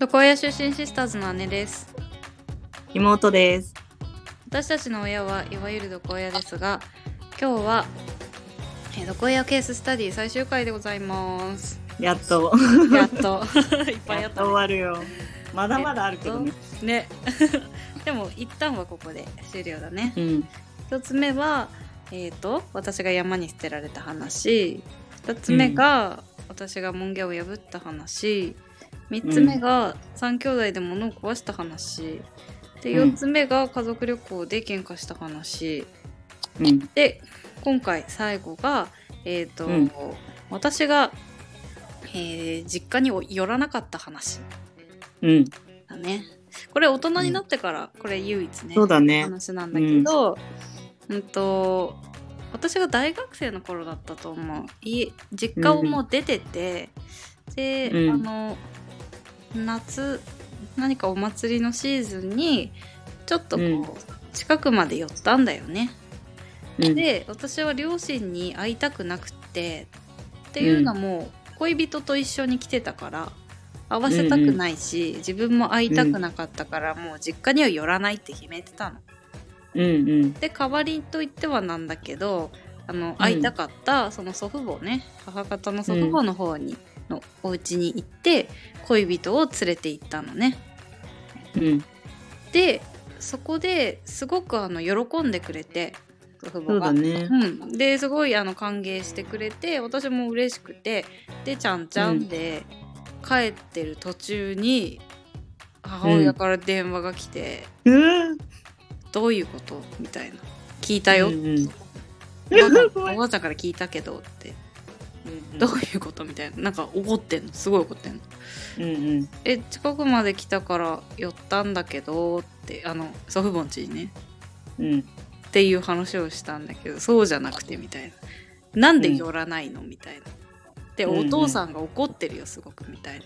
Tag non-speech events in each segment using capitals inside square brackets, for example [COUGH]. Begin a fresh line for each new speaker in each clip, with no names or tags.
床屋出身シスターズの姉です
妹です。
私たちの親はいわゆる床親ですが今日はえー床親ケーススタディ最終回でございます
やっと、
やっと [LAUGHS] いっぱい
や
やっ
っと
た
終わるよ。まだまだあるけどね。
ね [LAUGHS] でも一旦はここで終了だね
うん。
一つ目はえっ、と私が山に捨てられた話二つ目が、私が門限を破った話三つ目が、三兄弟で物を壊した話で
うん
四つ目が家族旅行で喧嘩した話、
うん。
で今回最後がえっ、と、
うん
私が、えー実家に寄らなかった話
うん。
だねこれ大人になってから、これ唯一ね
そうだね。
話なんだけど、うん、と私が大学生の頃だったと思うい実家をもう出てて、で、
うん
あの夏何かお祭りのシーズンにちょっとこう、
うん
近くまで寄ったんだよね。
うん。
で私は両親に会いたくなくってっていうのも、恋人と一緒に来てたから会わせたくないし、自分も会いたくなかったから、もう実家には寄らないって決めてたの。
うんうん。
で代わりと言ってはなんだけどあの会いたかったその祖父母ね母方の祖父母の方に、のお家に行って恋人を連れて行ったのね。
うん。
でそこですごくあの喜んでくれて祖父
そ
母
う
が
だ。ね。
うん、ですごいあの歓迎してくれて私も嬉しくてでちゃんちゃんで帰ってる途中に母親から電話が来て
うー
「どういうこと?」みたいな「聞いたよ」
うんうん
おばあちゃん
怖い
おばあちゃんから聞いたけど」って「どういうこと?」みたいななんか怒ってんのすごい怒ってんの。
うんうん。
え近くまで来たから寄ったんだけどってあの祖父母ん家にね
うん。
っていう話をしたんだけどそうじゃなくてみたいななんで寄らないの、みたいなで
うんう
お
ん
父さんが怒ってるよすごくみたいな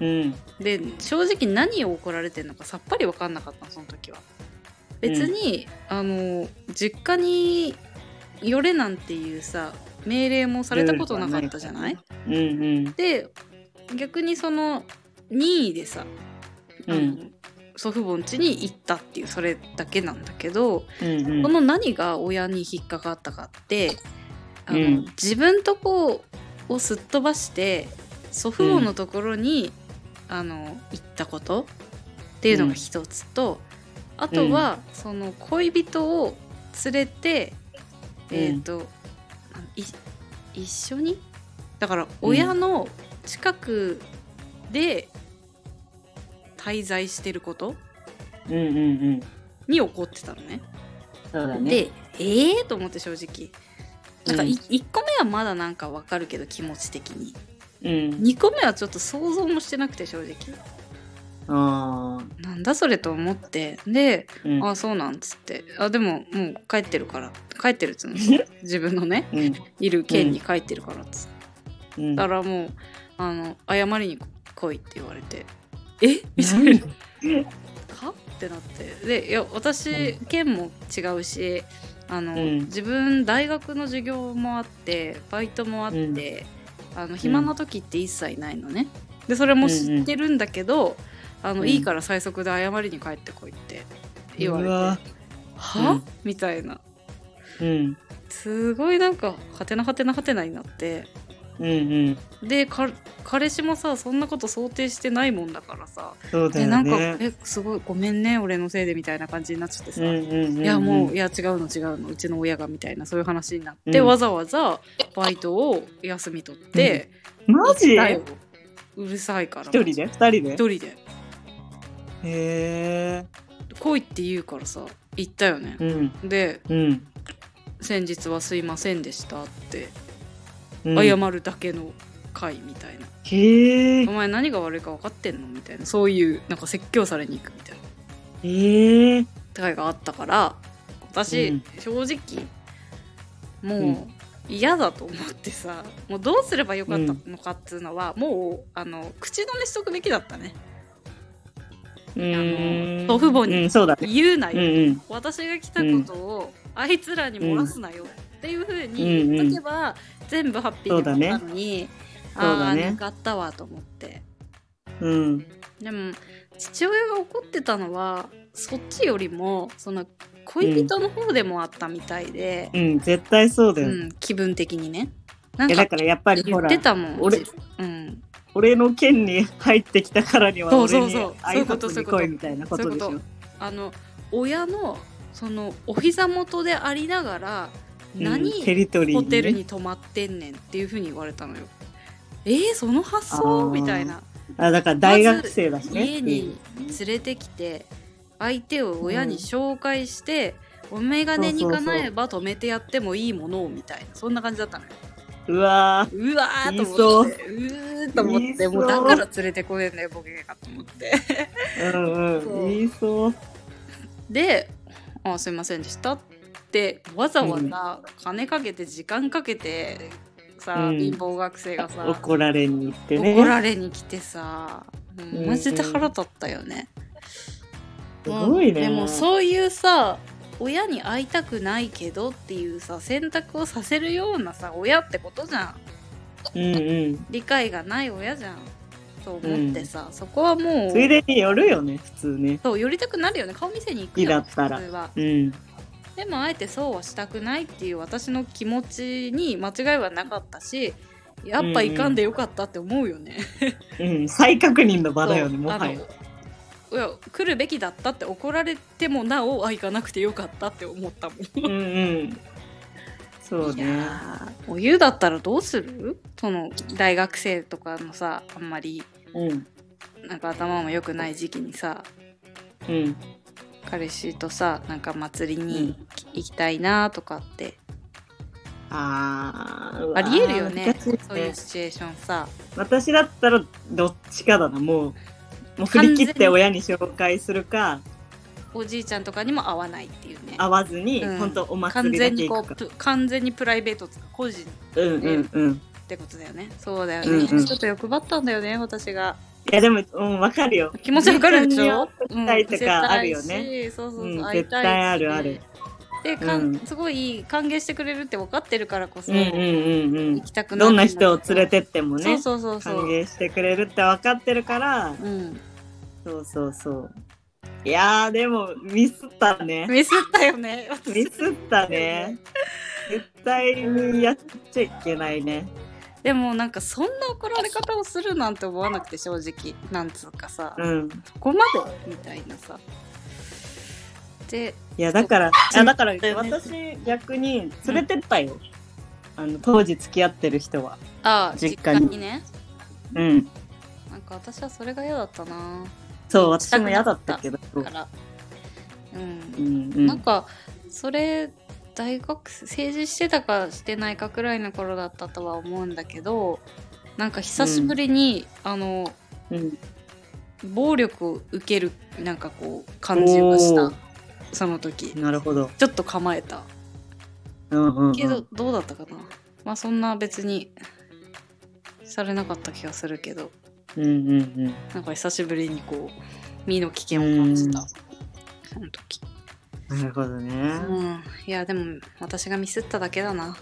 うん。
で正直何を怒られてるのかさっぱり分かんなかったのその時は別に、あの実家に寄れなんていうさ命令もされたことなかったじゃない
うんうん。
で逆にその任意でさ、
う
あの
ん
祖父母ん家に行ったっていうそれだけなんだけど、
うん
こ
うん。
の何が親に引っかかったかってあの、
うん
自分とこをすっ飛ばして祖父母のところに、あの行ったことっていうのが一つと、あとは、その恋人を連れて、
うん
えっ、とい一緒にだから親の近くで滞在してること
うんうんうん。
に怒ってたのね。
そうだね。
でええー、と思って正直なんか
うん
い、1個目はまだなんかわかるけど気持ち的に
うん。
2個目はちょっと想像もしてなくて正直
ああ。
なんだそれと思ってで
うん
あそうなんつってあでももう帰ってるから帰ってるっつうの自分のね
うん。
いる県に帰ってるからっつっ
うん。
たらもうあの謝りに来いって言われてえみたいな
何
はってなってでいや私
う
県も違うしあの、
うん
自分大学の授業もあってバイトもあって、あの暇な時って一切ないのねでそれも知ってるんだけど、あの
うん
いいから最速で謝りに帰ってこいって言われ
うわ
ては、
うん
みたいな
うん。
すごいなんかはてなはてなはてなになって
うんうん。
でか彼氏もさそんなこと想定してないもんだからさ、
そうだ
でな
よ
んか
ね。
えすごいごめんね俺のせいでみたいな感じになっちゃってさ、
うんうんうん。
いやもういや違うの違うのうちの親がみたいなそういう話になって、
うん
わざわざバイトを休み取って、
マジ
行ったよ
一
うるさいから
人で二人で
一人で
へえ。
来いって言うからさ行ったよね
う、ん。
で
うん。
先日はすいませんでしたって、
うん
謝るだけの会みたいな、
へえ
お。前何が悪いか分かってんのみたいなそういうなんか説教されに行くみたいな
へえ。
会があったから私、
うん
正直もう嫌だと思ってさもうどうすればよかったのかっていうのは、もうあの口止めしとくべきだったね
う
ーん
ん。
祖父母に
うん、そうだね。
言うな
うん
よ、
うん。
私が来たことをあいつらに漏らすなよっっていうふうに言っとけば、全部ハッピーだったのに、
そ
あ
うだねそう
あ
だね
なんかあったわと思って
うん。
でも父親が怒ってたのはそっちよりもその恋人の方でもあったみたいで、
うん。絶対そうだ
うん
よ。
気分的にねなん
えだ
か
からやっぱり
言
ほ
っ
ら
てたもん
俺
じうん、
俺の件に入ってきたからには
そうそ
俺
う
に
そうそうい
挨
うこと
拶に来いみたいなことでし
そういう
ょ
こ。あの親のそのお膝元でありながら
うん
何
テリトリー
ホ
ね
テルに泊まってんねんっていうふうに言われたのよ。えー、その発
あー
想みたいな
あだから大学生だしね。
家に連れてきて相手を親に紹介して、お眼鏡にかなえば止めてやってもいいものをみたいなそんな感じだったのよ
うんうわー
うわーと思ってうーと思っ
言
て
いそう
もうだから連れてこねえんだよボケがと思って
うん
そう
うん。言いそう。
で「あすいませんでした」ってわざわざ金かけて時間かけてさ、
うん
貧乏学生がさ、
怒られに行ってね。
怒られに来てさもうマジで腹立ったよね、
すごいね。
でもそういうさ親に会いたくないけどっていうさ選択をさせるようなさ親ってことじゃん
うんうん。
理解がない親じゃんと思ってさ、そこはもう
ついでによるよね、普通ね。
そう寄りたくなるよね顔見せに行く
好きだ
よ
ったら
普。通は
うん。
でもあえてそうはしたくないっていう私の気持ちに間違いはなかったしやっぱいかんでよかったって思うよね、
うん。再確認の場だよ
そ
ね、
う
もは
あ
や
の。いや来るべきだったって怒られてもなおあ行かなくてよかったって思ったもん
うんうん。そう
い
ね。
やーお湯だったらどうするその大学生とかのさあんまり
うん。
なんか頭も良くない時期にさ
うん。
彼氏とさなんか祭りに行きたいなとかって、
あーうわー
ありえるよね
難しい
そういうシチュエーションさ
私だったらどっちかだなもうもう振り切って親に紹介するか
おじいちゃんとかにも会わないっていうね
会わずに、
うん
ほんとお祭
完
りだ
全
け
にこ
行
う
くか
プ完全にプライベートっていうか個人っ
うんうんうん
てことだよねそうだよね、
うんうん
ちょっと欲張ったんだよね私が
いやでもうんわかるよ
気持ちわかるでし
時間に合
ょ
わたいとかあるよね
うん絶対しそうそうそう、
うん
会いたいし
絶対あるある
でかん
うん
すごい歓迎してくれるって分かってるからこそ、
うんうんうん
行きたく
うん
な
ど
る
んな人を連れてっても
そう
ね
そうそうそ
歓
う
迎してくれるって分かってるから
うん、
そうそうそういやーでもミスったね
ミスったよね
ミスったね絶対にやっちゃいけないね
でもなんかそんな怒られ方をするなんて思わなくて正直なんつうかさ、
うん
そこまでみたいなさで
いやだから
そう
あだから
だよね
私逆に連れてったよ、あの当時付き合ってる人は
ああ
実
実
家に
家にね
うん
なんか私はそれが嫌だったな
そう
行きたく
私も
な
嫌
か
だ
っ
ったたけど
だからう、
うんんう
なん
ん
かそれ大学生成人してたかしてないかくらいの頃だったとは思うんだけどなんか久しぶりに、あの
うん
暴力を受けるなんかこう感じがし
お
た
ー
その時
なるほど
ちょっと構えた
うんうん、うん、
けど、どうだったかなまあそんな別にされなかった気がするけど
うんうんうん
なんか久しぶりにこう身の危険を感じ
う
た
ん
その時
なるほどね
うんいやでも私がミスっただけだな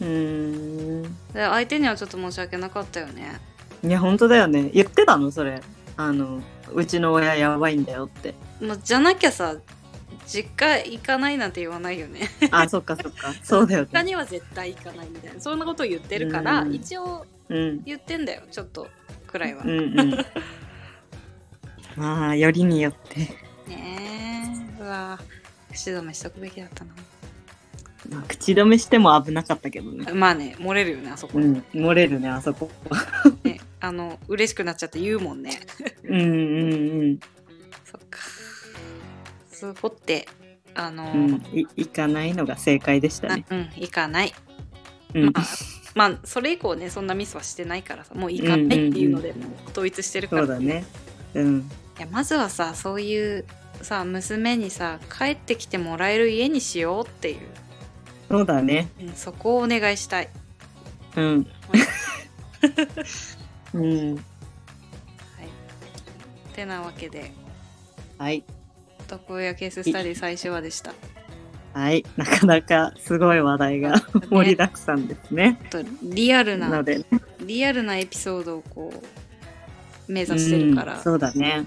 うん
で相手にはちょっと申し訳なかったよね
いや本当だよね言ってたのそれあのうちの親やばいんだよって
まあ、じゃなきゃさ実家行かないなんて言わないよね
あそっかそっかそうだよ
他
ね
には絶対行かないみたいなそんなことを言ってるから
うん
一応
うん
言ってんだよちょっとくらいは、
うんうんまあよりによって
ねえうわ口止めしとくべきだったな
まあ口止めしても危なかったけどね
まあね漏れるよねあそこ、
うん、漏れるね、あそこ。
ねあの嬉しくなっちゃって言うもんね
うんうん
そっかそこってあの、
うん。うん、い行かないのが正解でした
な
ね。
うん行かない
うん
まあ、まあそれ以降ねそんなミスはしてないからさもう行かないっていうのでもう統一してるか
そ
ら、
うだね。うん。
いやまずはさそういうさ娘にさ帰ってきてもらえる家にしようっていう、
そうだね。
うんそこをお願いしたい、
うん。 [LAUGHS] うん。
はい、てなわけで
はい。
「男親ケーススタディ」最終話でした。
ははい。なかなかすごい話題が盛りだくさんですね。
ちょっとリアル
な
な
ので、ね、
リアルなエピソードをこう目指してるか
うん
ら、
そうだね。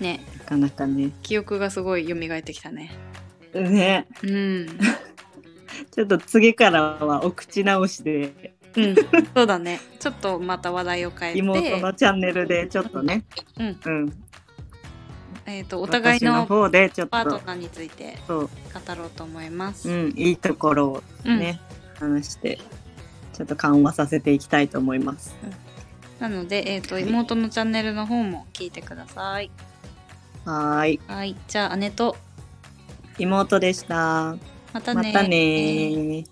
ね
なかなかね。
記憶がすごい蘇ってきたね
ね。 [LAUGHS]
うん、
ちょっと次からはお口直しで、
うん、そうだねちょっとまた話題を変えて
妹のチャンネルでちょっとね、
うん
うん、
えー、とお互いの
私方でちょっ
パート
と、
ナーについて
そう、
語ろうと思います、
うん、いいところを
うん
ね、話して、ちょっと緩和させていきたいと思います。
なので、えー、と
はい
妹のチャンネルの方も聞いてください
はーい、
はいじゃあ姉と
妹でした。
また
ま
ね
たねー